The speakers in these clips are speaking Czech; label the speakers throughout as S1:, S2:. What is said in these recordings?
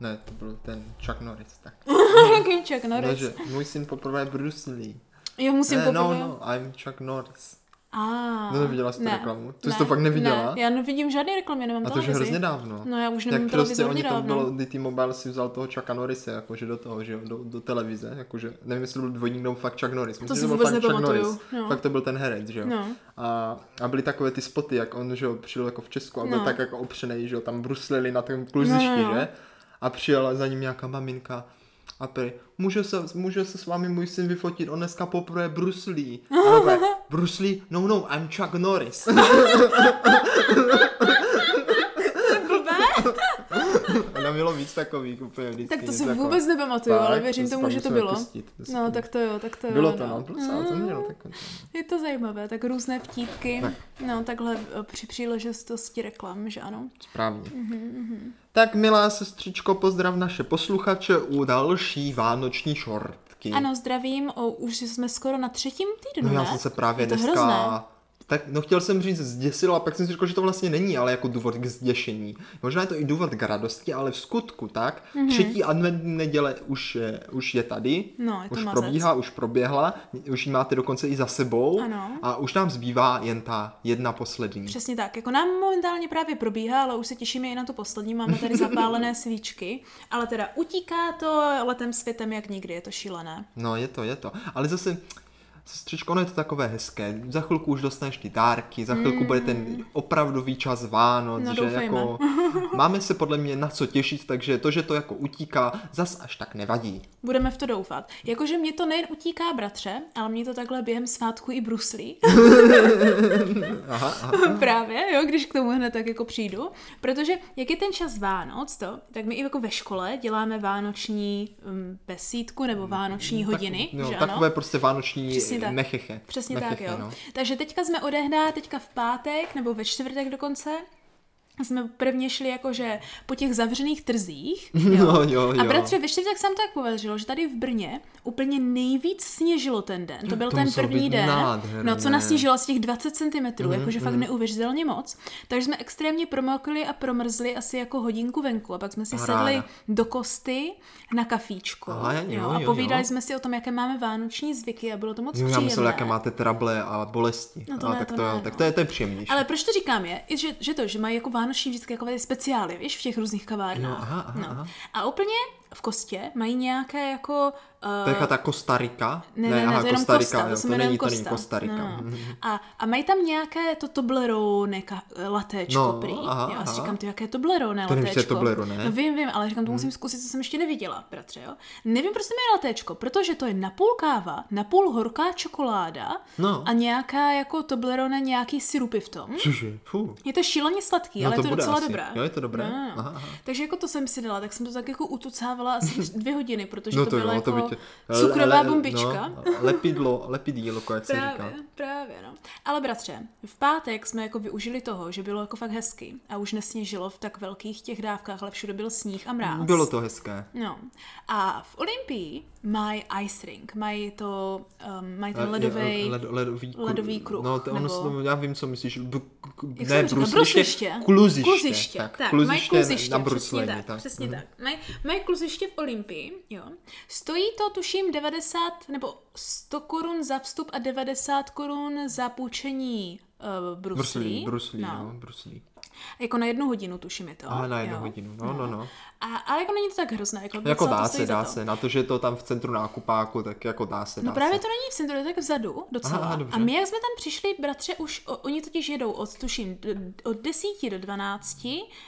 S1: Ne, to byl ten Chuck Norris, tak.
S2: Jaký Chuck Norris.
S1: Takže můj syn poprvé Bruce Lee.
S2: no, Jo, musím
S1: ne,
S2: poprvé.
S1: no, no, I'm Chuck Norris.
S2: A,
S1: No, neviděla jsi tu
S2: ne,
S1: reklamu? Ty jsi
S2: ne,
S1: to fakt neviděla?
S2: Ne, já nevidím žádný reklamy, já nemám
S1: A to už
S2: televizi.
S1: hrozně dávno.
S2: No já už nemám
S1: tak
S2: televizi
S1: prostě
S2: hodně
S1: oni to
S2: dávno.
S1: bylo, kdy T-Mobile si vzal toho Chucka Norrise, jakože do toho, že jo, do, do televize, jakože, nevím, jestli byl dvojník nebo fakt Chuck Norris. Myslím,
S2: si
S1: že byl
S2: vůbec
S1: fakt
S2: nepamatuju,
S1: Chuck Norris.
S2: no.
S1: Fakt to byl ten herec, že jo.
S2: No.
S1: A, a, byly takové ty spoty, jak on, že jo, přijel jako v Česku a byl
S2: No.
S1: tak jako opřenej, že jo, tam bruslili na tom kluzišti,
S2: No, no, no.
S1: že? A přijela za ním nějaká maminka a prý, může se, může se s vámi můj syn vyfotit, on dneska poprvé bruslí. A ona prý, bruslí? No, no, I'm Chuck Norris.
S2: Blbé?
S1: A Ona mělo víc takových úplně vždycky.
S2: Tak to
S1: něco
S2: si
S1: jako-
S2: vůbec nepamatuju, ale
S1: Fakt,
S2: věřím
S1: to si
S2: tomu,
S1: pak
S2: že to
S1: musíme
S2: bylo.
S1: pustit, to si-
S2: No, tak to jo, tak to jo.
S1: Bylo to, no, plus, ale to
S2: Mm,
S1: mělo takové.
S2: Je to zajímavé, tak různé vtípky,
S1: Tak.
S2: no takhle eh, při příležitosti reklam, že ano.
S1: Správně.
S2: Mhm,
S1: Tak, milá sestřičko, pozdrav naše posluchače u další vánoční šortky.
S2: Ano, zdravím, o, už jsme skoro na třetím týdnu,
S1: no já
S2: ne?
S1: jsem se právě
S2: Je to
S1: dneska...
S2: hrozné.
S1: Tak, no chtěl jsem říct zděsil, a pak jsem si řekl, že to vlastně není, ale jako důvod k zděšení. Možná je to i důvod k radosti, ale v skutku, tak? Mm-hmm. Třetí adventní neděle už je, už je tady,
S2: Mhm. No, je to
S1: už
S2: mazec.
S1: probíhá, už proběhla, už ji máte dokonce i za sebou
S2: Ano.
S1: a už nám zbývá jen ta jedna poslední.
S2: Přesně tak, jako nám momentálně právě probíhá, ale už se těšíme i na to poslední, máme tady zapálené svíčky, ale teda utíká to letem světem jak nikdy, je to šílené.
S1: No, je to, je to. Ale zase, sestřičko, ono je to takové hezké. Za chvilku už dostaneš ty dárky, za chvilku bude ten opravdový čas Vánoc,
S2: Mm. No,
S1: že
S2: doufejme.
S1: jako máme se podle mě na co těšit, takže to, že to jako utíká, zas až tak nevadí.
S2: Budeme v to doufat. Jakože mě to nejen utíká, bratře, ale mě to takhle během svátku i bruslí.
S1: Aha, aha.
S2: Právě, jo, když k tomu hned tak jako přijdu. Protože jak je ten čas Vánoc, to, tak my i jako ve škole děláme vánoční um, besídku nebo vánoční hodiny,
S1: No,
S2: že ano?
S1: takové prostě vánoční
S2: Přesně tak.
S1: mecheche.
S2: Přesně tak,
S1: mecheche,
S2: jo.
S1: No.
S2: Takže teďka jsme odehná, teďka v pátek nebo ve čtvrtek dokonce, jsme prvně šli jakože po těch zavřených trzích. Jo.
S1: No, jo,
S2: A
S1: jo.
S2: bratře, ve čtvrtek jsem tak považil, že tady v Brně úplně nejvíc sněžilo ten den. To byl
S1: To
S2: ten
S1: muselo
S2: první
S1: být
S2: den.
S1: nádherné. Mhm,
S2: No, co nasněžilo z těch 20 cm, jakože fakt neuvěřitelně moc. Takže jsme extrémně promokli a promrzli asi jako hodinku venku. A pak jsme si
S1: Paráda.
S2: sedli do kosty na kafíčko.
S1: Aha, jo,
S2: a
S1: jo, jo.
S2: povídali jsme si o tom, jaké máme vánoční zvyky a bylo to moc
S1: Jo, já
S2: příjemné.
S1: myslel, jaké máte trable a bolesti.
S2: No to
S1: a
S2: ne,
S1: tak
S2: to
S1: to,
S2: ne,
S1: jo,
S2: no.
S1: tak to je, to je příjemnější.
S2: Ale proč to říkám je, i že, že to, že mají jako vánoční vždycky jako ty speciály, víš, v těch různých kavárnách.
S1: Jo, aha, aha,
S2: no.
S1: aha.
S2: A úplně v kostě mají nějaké jako...
S1: To je
S2: Uh,
S1: jaká ta Kostarika?
S2: ne, ne, ne,
S1: aha,
S2: to je jenom
S1: Kostarika,
S2: Kosta,
S1: jo,
S2: to se
S1: to
S2: jmenuje
S1: není,
S2: jenom
S1: to není
S2: Kosta.
S1: Kostarika. Mhm,
S2: No. A, a mají tam nějaké to Toblerone ka, latečko
S1: No,
S2: prý.
S1: aha,
S2: já si
S1: aha.
S2: říkám, ty jaké Toblerone
S1: To nevíš,
S2: latečko.
S1: že je Mhm. Toblerone, ne?
S2: No vím, vím, ale říkám, to musím zkusit, co jsem ještě neviděla, bratře, jo. Nevím, proč se jmenuje latečko, protože to je napůl káva, napůl horká čokoláda
S1: No. Hm?
S2: a nějaká jako Toblerone, nějaký sirupy v tom.
S1: Cože? Fuh.
S2: Je to šíleně sladký,
S1: No
S2: ale
S1: to
S2: je to
S1: bude
S2: docela
S1: asi.
S2: dobré.
S1: Jo, je to dobré?
S2: No, no, no.
S1: Aha, aha.
S2: Takže jako to jsem si dala, tak jsem to tak jako utucávala asi tři- dvě hodiny, protože
S1: No
S2: to,
S1: to
S2: byla
S1: jo,
S2: jako
S1: to by tě...
S2: cukrová
S1: le- le-
S2: bombička.
S1: No, lepidlo, lepidílko, jak se říká.
S2: Právě, právě, no. Ale bratře, v pátek jsme jako využili toho, že bylo jako fakt hezky a už nesněžilo v tak velkých těch dávkách, ale všude byl sníh a mráz.
S1: Bylo to hezké.
S2: No. A v Olympii mají ice rink, mají to, um, mají ten
S1: Le-
S2: ledový...
S1: led- ledový, kru-
S2: ledový kruh,
S1: No, to ono
S2: nebo-
S1: se tomu, já vím, co myslíš. Bu- k-
S2: Jak
S1: ne,
S2: ne, jsem
S1: brusliště,
S2: říkala, brusiště.
S1: Kluziště.
S2: kluziště. Tak, tak kluziště, mají kluziště,
S1: na Mhm.
S2: přesně
S1: bruslení.
S2: tak. Přesně tak. Mají, mají kluziště v Olympii, jo. Stojí to tuším 90 nebo 100 korun za vstup a 90 korun za půjčení uh, bruslí.
S1: Bruslí, bruslí, no, bruslí.
S2: Jako na jednu hodinu tuším je to.
S1: A na jednu
S2: jo.
S1: hodinu, no, no, no.
S2: A, ale jako není to tak hrozné. Jako,
S1: Jako
S2: docela
S1: dá
S2: to stojí
S1: se,
S2: za
S1: dá
S2: to.
S1: se. Na to, že je to tam v centru nákupáku, tak jako dá se,
S2: No
S1: dá
S2: právě
S1: se.
S2: to není v centru, je to tak vzadu docela.
S1: Aha, aha,
S2: Aha, a
S1: dobře.
S2: my, jak jsme tam přišli, bratře, už o, oni totiž jedou od, tuším, d- od 10 do 12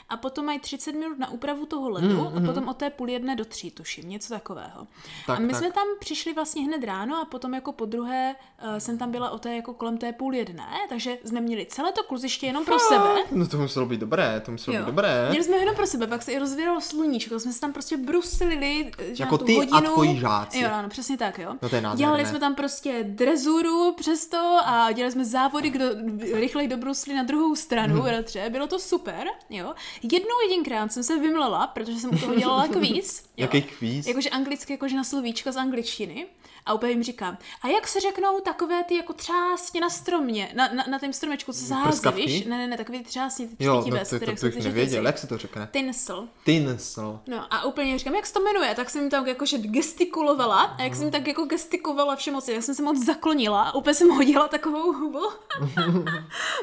S2: a potom mají 30 minut na úpravu toho
S1: Mhm,
S2: ledu mm, a potom od té půl jedné do tří, tuším, něco takového.
S1: Tak,
S2: a my
S1: tak.
S2: jsme tam přišli vlastně hned ráno a potom jako po druhé uh, jsem tam byla o té jako kolem té půl jedné, takže jsme měli celé to kluziště jenom pro sebe.
S1: No to muselo být dobré, to muselo
S2: Jo.
S1: být dobré.
S2: Měli jsme ho jenom pro sebe, pak se i rozvěralo sluníčko, jsme se tam prostě bruslili. eh, že
S1: Jako
S2: na tu
S1: ty a
S2: hodinu.
S1: tvoji žáci.
S2: Jo, ano, přesně tak, jo.
S1: No to je nádherné.
S2: dělali jsme tam prostě drezuru přesto a dělali jsme závody, kdo rychleji do brusly na druhou
S1: Mhm.
S2: stranu, bratře. Bylo to super, jo. Jednou jedinkrát jsem se vymlela, protože jsem u toho dělala kvíz. jo.
S1: Jaký kvíz?
S2: Jakože anglicky, jakože na slovíčka z angličtiny. A úplně jim říkám, a jak se řeknou takové ty jako třásně na stromě, na, na, na tom stromečku, co se hází,
S1: Prskavky?
S2: víš? Ne, ne, ne, takové ty třásně, ty
S1: Jo, Jo,
S2: třetí
S1: no
S2: ves,
S1: to, to,
S2: který
S1: to
S2: jsou
S1: bych
S2: třetí
S1: nevěděl,
S2: věci.
S1: jak se to řekne.
S2: Tinsel.
S1: Tinsel.
S2: No a úplně říkám, jak se to jmenuje, tak jsem tam jakože gestikulovala a jak jsem tak jako gestikulovala všem moc, jak jsem se moc zaklonila a úplně jsem hodila takovou hubu.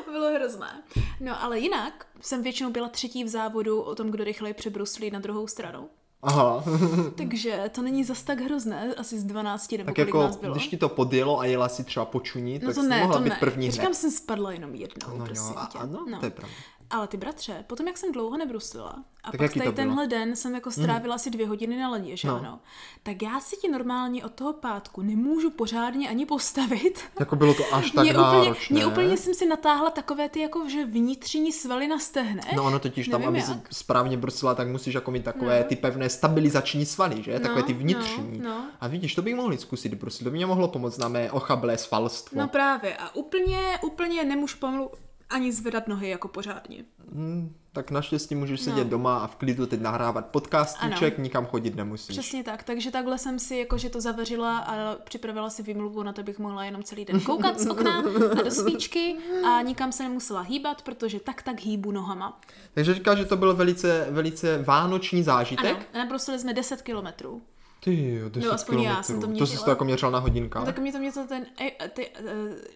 S2: Bylo hrozné. No ale jinak jsem většinou byla třetí v závodu o tom, kdo rychleji přebruslí na druhou stranu.
S1: Aha,
S2: Takže to není zas tak hrozné, asi z 12 nebo
S1: tak
S2: kolik
S1: jako,
S2: nás bylo.
S1: když ti to podjelo a jela si třeba počuní,
S2: No
S1: tak
S2: to
S1: jsi
S2: ne,
S1: mohla
S2: to
S1: být
S2: ne.
S1: první
S2: Říkám,
S1: hned.
S2: jsem spadla jenom jednou,
S1: No
S2: prosím
S1: jo, a,
S2: tě.
S1: a no, to je pravda.
S2: Ale ty bratře, potom jak jsem dlouho nebruslila a
S1: Tak
S2: pak
S1: jaký
S2: tady
S1: to bylo? Mhm.
S2: tenhle den jsem jako strávila asi dvě hodiny na ledě, že
S1: No.
S2: ano, tak já si ti normálně od toho pátku nemůžu pořádně ani postavit.
S1: Jako bylo to až tak
S2: mě, úplně,
S1: náročné.
S2: mě úplně jsem si natáhla takové ty jako, že vnitřní svaly na stehnech.
S1: No ono totiž tam,
S2: Nevím
S1: aby
S2: jak.
S1: si správně brusila, tak musíš jako mít takové ty pevné stabilizační svaly, že? Takové ty
S2: no,
S1: vnitřní.
S2: no.
S1: A vidíš, to bych mohli zkusit brusit, to by mě mohlo pomoct na mé ochablé svalstvo.
S2: No právě a úplně, úplně nemůžu pomalu ani zvedat nohy jako pořádně.
S1: Hm, tak naštěstí
S2: No.
S1: můžeš sedět doma a v klidu teď nahrávat podcastíček, nikam chodit nemusíš.
S2: Přesně tak, takže takhle jsem si jakože to zaveřila a připravila si výmluvu na to, abych mohla jenom celý den koukat z okna a do svíčky a nikam se nemusela hýbat, protože tak tak hýbu nohama.
S1: Takže říkáš, že to byl velice, velice vánoční
S2: Ano,
S1: zážitek?
S2: nabrosili jsme 10 kilometrů.
S1: Ty jo, 10
S2: No, aspoň já
S1: kilometrů.
S2: jsem to
S1: To
S2: měřila.
S1: jsi to jako měřil na hodinkách?
S2: No, tak mě to mě to ten, e, ty, e,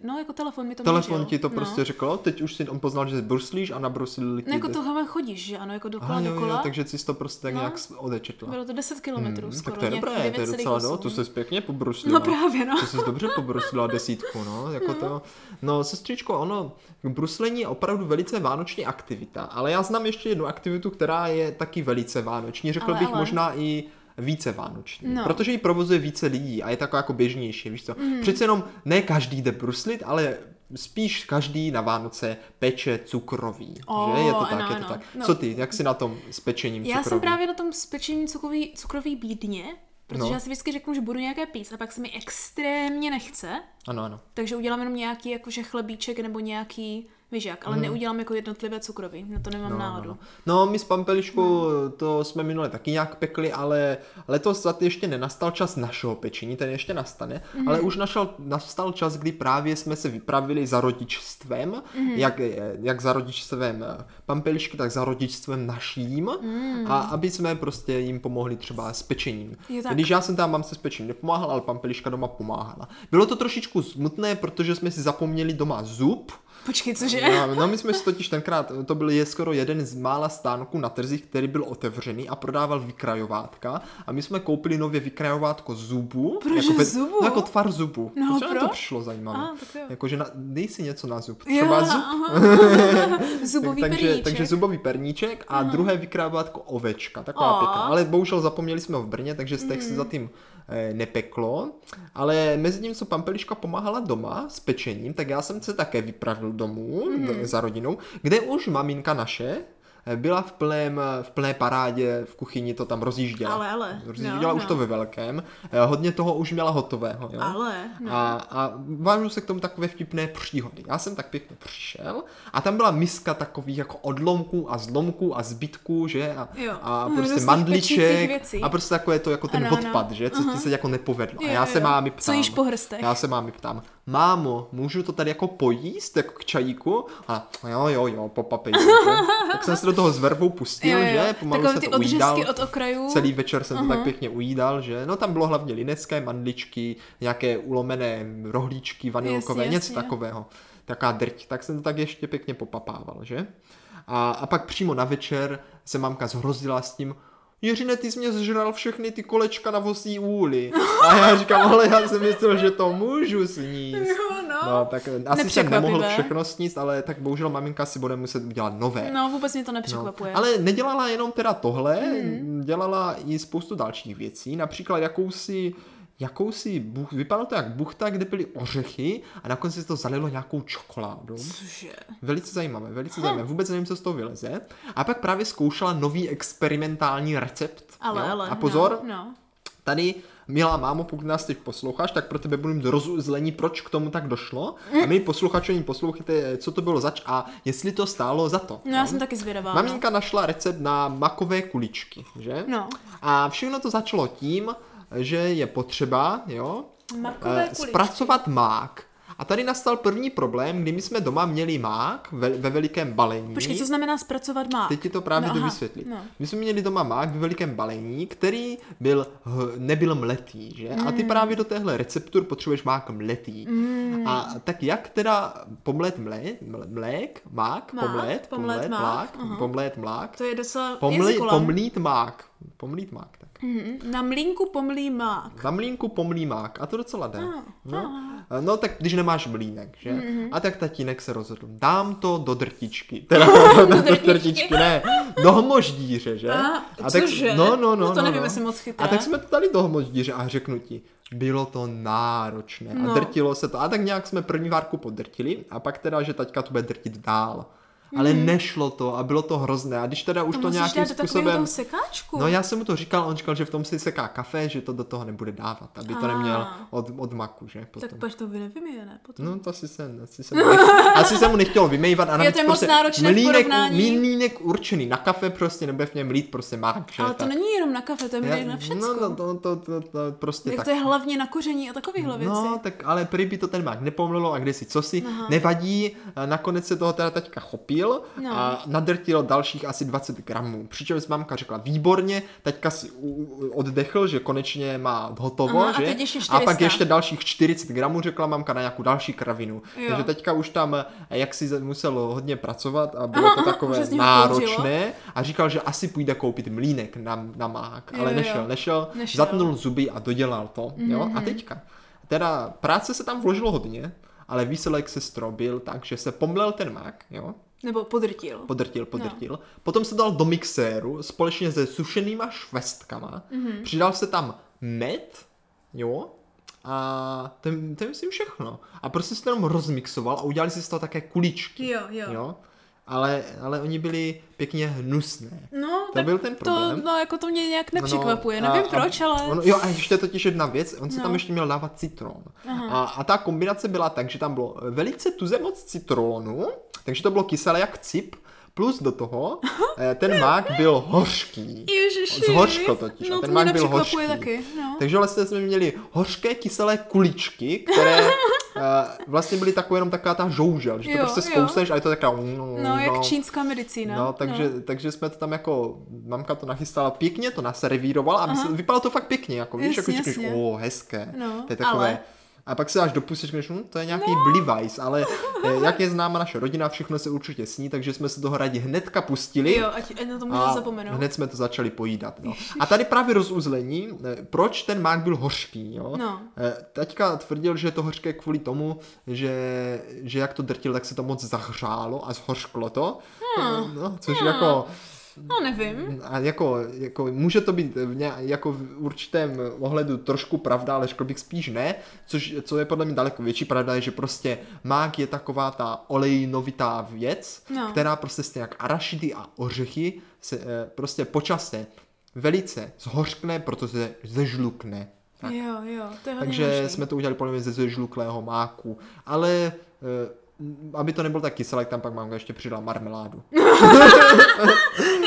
S2: no jako telefon mi to
S1: Telefon
S2: měřil.
S1: ti to prostě
S2: no.
S1: řekl, teď už si on poznal, že bruslíš a nabruslil ti.
S2: No jako
S1: des-
S2: tohle chodíš, že ano, jako dokola,
S1: Aha, jo,
S2: dokola.
S1: jo, takže jsi to prostě tak
S2: No.
S1: nějak s- odečetla.
S2: Bylo to 10 kilometrů
S1: Hmm,
S2: skoro,
S1: tak to je
S2: nějakých
S1: dobré, to je docela, no,
S2: 9,8.
S1: to jsi pěkně pobruslila.
S2: No právě, no.
S1: To jsi dobře pobruslila desítku, no, jako to. No, sestřičko, ono, bruslení je opravdu velice vánoční aktivita, ale já znám ještě jednu aktivitu, která je taky velice vánoční, řekl
S2: Ale,
S1: bych
S2: ale.
S1: možná i více vánoční,
S2: No. Mhm.
S1: protože ji provozuje více lidí a je taková jako běžnější, víš co. Přece jenom ne každý jde bruslit, ale spíš každý na Vánoce peče cukroví,
S2: O,
S1: že? Je to tak,
S2: ano,
S1: je to
S2: ano.
S1: tak.
S2: No.
S1: Co ty, jak si na tom s pečením
S2: Já
S1: cukroví?
S2: jsem právě na tom spečení cukrový, cukrový bídně, protože
S1: No.
S2: já si vždycky řeknu, že budu nějaké pít a pak se mi extrémně nechce,
S1: Ano, ano.
S2: takže udělám jenom nějaký jakože chlebíček nebo nějaký vyžák, ale neudělám jako jednotlivé cukrový, na to nemám náladu.
S1: Mhm. No, no. no my s Pampeliškou to jsme minule taky nějak pekli, ale letos za ještě nenastal čas našeho pečení, ten ještě nastane,
S2: Mhm.
S1: ale už našel, nastal čas, kdy právě jsme se vypravili za rodičstvem,
S2: Mhm.
S1: jak, eh, jak za rodičstvem eh, Pampelišky, tak za rodičstvem naším, a aby jsme prostě jim pomohli třeba s pečením.
S2: Mhm. Jo, tak.
S1: Když já jsem tam mám se s pečením nepomáhal, ale Pampeliška doma pomáhala. Bylo to trošičku smutné, protože jsme si zapomněli doma zub,
S2: Počkej, cože?
S1: No, no my jsme si totiž tenkrát, to byl je skoro jeden z mála stánků na trzích, který byl otevřený a prodával vykrajovátka a my jsme koupili nově vykrajovátko zubu.
S2: Proč
S1: jako, ve-
S2: zubu?
S1: No, jako tvar zubu.
S2: No,
S1: Protože nám to
S2: proč?
S1: přišlo zajímavé.
S2: A, tak jo.
S1: Jako, že na, dej si něco na zub. Třeba zub.
S2: aha. Zubový
S1: takže,
S2: perníček. Mhm.
S1: takže zubový perníček a druhé vykrajovátko ovečka, taková
S2: Ó. Mhm.
S1: pěkná. Ale bohužel zapomněli jsme ho v Brně, takže z těch se za tím eh, nepeklo. Ale mezi tím, co Pampeliška pomáhala doma s pečením, tak já jsem se také vypravil domů
S2: Mhm.
S1: d- za rodinou, kde už maminka naše eh, byla v, plném, v plné parádě v kuchyni, to tam rozjížděla.
S2: Ale, ale,
S1: Rozjížděla
S2: no,
S1: už
S2: no.
S1: to ve velkém. eh, Hodně toho už měla hotového. Jo?
S2: Ale, no.
S1: A, a vážu se k tomu takové vtipné příhody. Já jsem tak pěkně přišel a tam byla miska takových jako odlomků a zlomků a zbytků, že? A,
S2: Jo.
S1: a
S2: Mm,
S1: prostě
S2: různých pečících
S1: mandliček
S2: věcí.
S1: a prostě takové to jako ten
S2: Ano, ano.
S1: odpad, že? Co ti se jako nepovedlo. a
S2: Jo,
S1: já
S2: jo,
S1: se
S2: jo.
S1: mámi ptám.
S2: Co jíš po hrstech?
S1: Já se mámi ptám. Mámo, můžu to tady jako pojíst jako k čajíku? A jo, jo, jo, po papejku. tak jsem se do toho s vervou pustil, že? Pomalu se
S2: Takové ty
S1: to ujídal.
S2: odřezky od okrajů.
S1: Celý večer jsem to tak pěkně ujídal, že no tam bylo hlavně linecké mandličky, nějaké ulomené rohlíčky, vanilkové,
S2: Jasně,
S1: něco
S2: jasně.
S1: takového. Taká drť, tak jsem to tak ještě pěkně popapával, že? A, a pak přímo na večer se mamka zhrozila s tím, Jiřine, ty jsi mě zžral všechny ty kolečka na vosí úli. A já říkám, ale já jsem myslel, že to můžu sníst.
S2: Jo, no.
S1: No, tak asi jsem
S2: Nepřekvapivé.
S1: nemohl všechno sníst, ale tak bohužel maminka si bude muset udělat nové.
S2: No, vůbec mě to nepřekvapuje.
S1: No. Ale nedělala jenom teda tohle,
S2: Mhm.
S1: dělala i spoustu dalších věcí, například jakousi jakousi, buch, vypadalo to jak buchta, kde byly ořechy a nakonec se to zalilo nějakou čokoládou.
S2: Cože?
S1: Velice zajímavé, velice zajímavé. Vůbec nevím, co z toho vyleze. A pak právě zkoušela nový experimentální recept.
S2: Ale,
S1: jo?
S2: ale.
S1: a pozor,
S2: No, no.
S1: Tady, milá mámo, pokud nás teď posloucháš, tak pro tebe budu mít rozuzlení, proč k tomu tak došlo.
S2: Mm.
S1: A my posluchačům poslouchejte, co to bylo zač a jestli to stálo za to.
S2: no já
S1: jo?
S2: jsem taky zvědavá. no.
S1: Maminka našla recept na makové kuličky, že?
S2: No.
S1: A všechno to začalo tím, že je potřeba, jo,
S2: Makové
S1: eh,
S2: kuličky.
S1: zpracovat mák. A tady nastal první problém, kdy my jsme doma měli mák ve, ve velikém balení.
S2: Počkej, co znamená zpracovat má?
S1: Teď ti to právě
S2: No,
S1: no,
S2: aha,
S1: dovysvětlím.
S2: no.
S1: My jsme měli doma mák ve velikém balení, který byl, h- nebyl mletý, že? A
S2: Mm.
S1: ty právě do téhle receptur potřebuješ mák mletý. A tak jak teda pomlet mlé, ml- mlék, mák,
S2: Mák,
S1: pomlet,
S2: pomlet
S1: pomlet,
S2: mák,
S1: mlák,
S2: aha.
S1: pomlet, mlák,
S2: To je docela
S1: pomli,
S2: jazykolám.
S1: pomlít mák, pomlít mák, tak.
S2: Mhm. Na mlínku pomlí mák.
S1: Na mlínku pomlí mák a to docela jde.
S2: Ah,
S1: No. no tak když nemáš mlínek, že?
S2: Mm-hmm.
S1: A tak tatínek se rozhodl, dám to do drtičky. Teda do drtičky, ne, do hmoždíře, že?
S2: A,
S1: tak,
S2: cože?
S1: No, no, no.
S2: No to
S1: no,
S2: nevím,
S1: no.
S2: jestli moc chytré.
S1: A tak jsme to dali do hmoždíře a řeknu ti, bylo to náročné
S2: No.
S1: a drtilo se to. A tak nějak jsme první várku podrtili a pak teda, že taťka to bude drtit dál. Ale nešlo to a bylo to hrozné. A když teda už to,
S2: Mm-hmm. musíš
S1: nějakým
S2: dát do takového
S1: způsobem...
S2: toho sekáčku.
S1: No já jsem mu to říkal, on říkal, že v tom si seká kafe, že to do toho nebude dávat, aby to
S2: Ah.
S1: neměl od, od maku, že? Potom.
S2: Tak pak to vynevím, ne? Potom.
S1: No to asi se, asi se, mu nech, asi se mu nechtělo vymejvat. A navíc prostě
S2: to je moc náročné v
S1: mlýnek,
S2: porovnání.
S1: mlýnek určený na kafe prostě, nebude v něm mlít prostě mák, že?
S2: Ale to
S1: tak.
S2: není jenom na kafe, to je mlínek na všecko.
S1: No, no to, to, to, to prostě
S2: Jak
S1: tak.
S2: to je hlavně na koření a takovýchhle věcí.
S1: No, tak ale prý by to ten mák nepomlilo a kde si co si, nevadí, a nakonec se toho teda taťka chopil
S2: No.
S1: a nadrtilo dalších asi 20 gramů. Přičemž mamka řekla výborně, taťka si u- u- oddechl, že konečně má hotovo,
S2: Aha, a
S1: že?
S2: teď ještě
S1: a pak
S2: 400.
S1: ještě dalších 40 gramů řekla mamka na nějakou další kravinu.
S2: Jo.
S1: Takže teďka už tam jak si muselo hodně pracovat a bylo
S2: Aha,
S1: to
S2: aha,
S1: takové
S2: už se z něho
S1: náročné a říkal, že asi půjde koupit mlínek na, na mák, ale
S2: Jo, jo.
S1: nešel, nešel,
S2: Nešel. Mhm.
S1: zatnul zuby a dodělal to, jo, a teďka. Teda práce se tam vložilo hodně, ale výsledek se strobil tak, že se pomlel ten mák, jo,
S2: Nebo podrtil.
S1: podrtil,
S2: No.
S1: podrtil. Potom se dal do mixéru společně se sušenýma švestkama,
S2: Mhm.
S1: přidal se tam med, jo, a to, je- to je myslím všechno. A prostě se to jenom rozmixoval a udělali si z toho také kuličky,
S2: Jo, jo.
S1: jo. Ale, ale oni byli pěkně hnusné.
S2: No,
S1: To
S2: tak
S1: byl ten
S2: to,
S1: problém.
S2: no, jako to mě nějak nepřekvapuje. Nevím proč, ale...
S1: On, jo, a ještě totiž jedna věc, on si
S2: No.
S1: tam ještě měl dávat citron. A, a ta kombinace byla tak, že tam bylo velice tuze moc citronu, takže to bylo kyselé jak cip, plus do toho eh, ten mák byl hořký.
S2: Ježiši.
S1: Z hořko totiž, a
S2: No,
S1: ten
S2: to mě
S1: mák byl
S2: nepřekvapuje
S1: hořký.
S2: taky. No.
S1: Takže vlastně jsme měli hořké kyselé kuličky, které eh, vlastně byly takové jenom taková ta žoužel, že to
S2: Jo,
S1: prostě
S2: jo.
S1: zkousneš a je to taková... mm,
S2: No, jak čínská medicína.
S1: No, takže, no. takže jsme to tam jako, mamka to nachystala pěkně, to naservírovala a mysl, vypadalo to fakt pěkně, jako víš,
S2: Jasně,
S1: jako říkáš,
S2: jasně.
S1: o, hezké,
S2: No,
S1: to je takové.
S2: ale-
S1: A pak se až do pusy řekneš, hm, to je nějaký no. Blivajs, ale eh, jak je známa naše rodina, všechno se určitě sní, takže jsme se toho rádi hnedka pustili.
S2: Jo, ať, ať na to můžu
S1: A
S2: zapomenout.
S1: hned jsme to začali pojídat. No. A tady právě rozuzlení, eh, proč ten mák byl hořký. Jo?
S2: No.
S1: Eh, Taťka tvrdil, že je to hořké kvůli tomu, že, že jak to drtil, tak se to moc zahřálo a zhořklo to. Hmm. No, což hmm. jako,
S2: No, nevím.
S1: a jako, jako, může to být v ně, jako v určitém ohledu trošku pravda, ale řekl bych spíš ne, což co je podle mě daleko větší pravda, je, že prostě mák je taková ta olejnovitá věc,
S2: No.
S1: která prostě stejně jak arašidy a ořechy se eh, prostě počasně velice zhořkne, protože zežlukne. Tak.
S2: Jo, jo, to je hodně
S1: Takže
S2: možný.
S1: jsme to udělali podle mě ze zežluklého máku, ale eh, m, aby to nebylo tak kyselé, tak tam pak mamka ještě přidala marmeládu.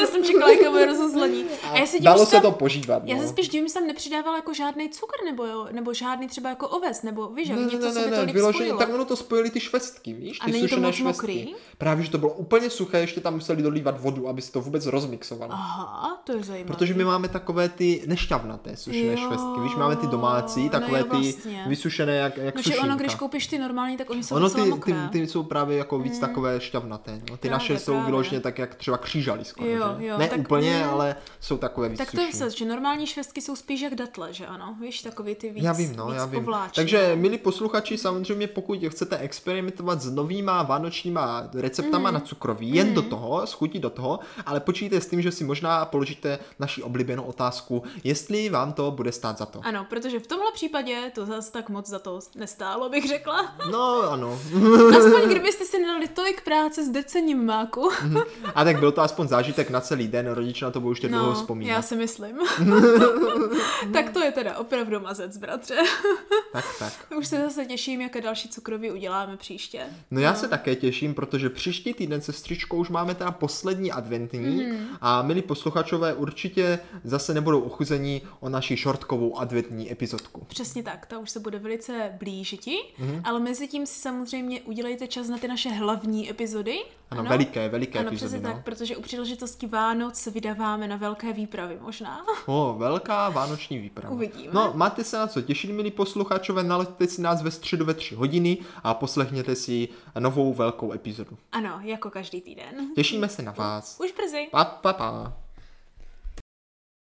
S2: Já jsem čekala, jaké bude rozuzlení. A já se divím,
S1: Dalo
S2: že
S1: se
S2: tam,
S1: to požívat.
S2: Já
S1: no.
S2: se spíš divím, že tam nepřidávala jako žádný cukr, nebo, jo, nebo žádný třeba jako oves, nebo víš, jak něco se by to líp
S1: vyloženě,
S2: spojilo.
S1: tak ono to spojili ty švestky, víš,
S2: A
S1: ty
S2: není to
S1: sušené
S2: moc
S1: švestky.
S2: mokrý?
S1: Právě, že to bylo úplně suché, ještě tam museli dolívat vodu, aby se to vůbec rozmixovalo.
S2: Aha, to je zajímavé.
S1: Protože my máme takové ty nešťavnaté sušené
S2: Jo,
S1: švestky, víš, máme ty domácí,
S2: no
S1: takové
S2: jo,
S1: ty
S2: vlastně.
S1: vysušené jak, jak
S2: No, že
S1: sušinka.
S2: ono, když koupíš ty normální, tak oni jsou
S1: Ono
S2: docela
S1: ty, ty,
S2: mokré.
S1: ty, jsou právě jako víc takové šťavnaté. No. Ty
S2: Právě,
S1: naše jsou
S2: právě.
S1: vyloženě tak, jak třeba křížaly skoro.
S2: Jo,
S1: že?
S2: jo,
S1: ne
S2: tak-
S1: úplně,
S2: mm.
S1: ale jsou takové víc
S2: Tak to je
S1: sušené.
S2: vysvět, že normální švestky jsou spíš jak datle, že ano? Víš, takový ty víc,
S1: Já vím, no,
S2: víc no.
S1: já vím.
S2: povláčný.
S1: Takže, milí posluchači, samozřejmě, pokud chcete experimentovat s novýma vánočníma receptama
S2: Mm.
S1: na cukroví, jen do toho, schutí do toho, ale počítejte s tím, že si možná položíte naši oblíbenou otázku, jestli vám to bude stát za to.
S2: Ano, protože v tomhle případě to zase tak moc za to nestálo, bych řekla.
S1: No, ano.
S2: Aspoň kdybyste si nedali tolik práce s drcením máku.
S1: A tak byl to aspoň zážitek na celý den, rodiče na to budou ještě no, dlouho vzpomínat.
S2: já si myslím. tak to je teda opravdu mazec, bratře.
S1: Tak, tak.
S2: Už se zase těším, jaké další cukroví uděláme příště.
S1: No já se také těším, protože příští týden se stříčkou už máme teda poslední adventní mm.
S2: Mhm.
S1: a milí posluchačové určitě zase nebudou ochuzení o naši šortkovou adventní epizodku.
S2: Přesně tak, ta už se bude velice blížiti,
S1: Mhm.
S2: mm-hmm. ale mezi tím si samozřejmě udělejte čas na ty naše hlavní epizody.
S1: Ano, ano? veliké, veliké
S2: Ano,
S1: epizody.
S2: přesně
S1: no.
S2: tak, protože u příležitosti Vánoc se vydáváme na velké výpravy možná.
S1: O, velká vánoční výprava.
S2: Uvidíme.
S1: No, máte se na co těšit, milí posluchačové, naleďte si nás ve středu ve tři hodiny a poslechněte si novou velkou epizodu.
S2: Ano, jako každý týden.
S1: Těšíme se na vás.
S2: Už brzy.
S1: Pa, pa, pa.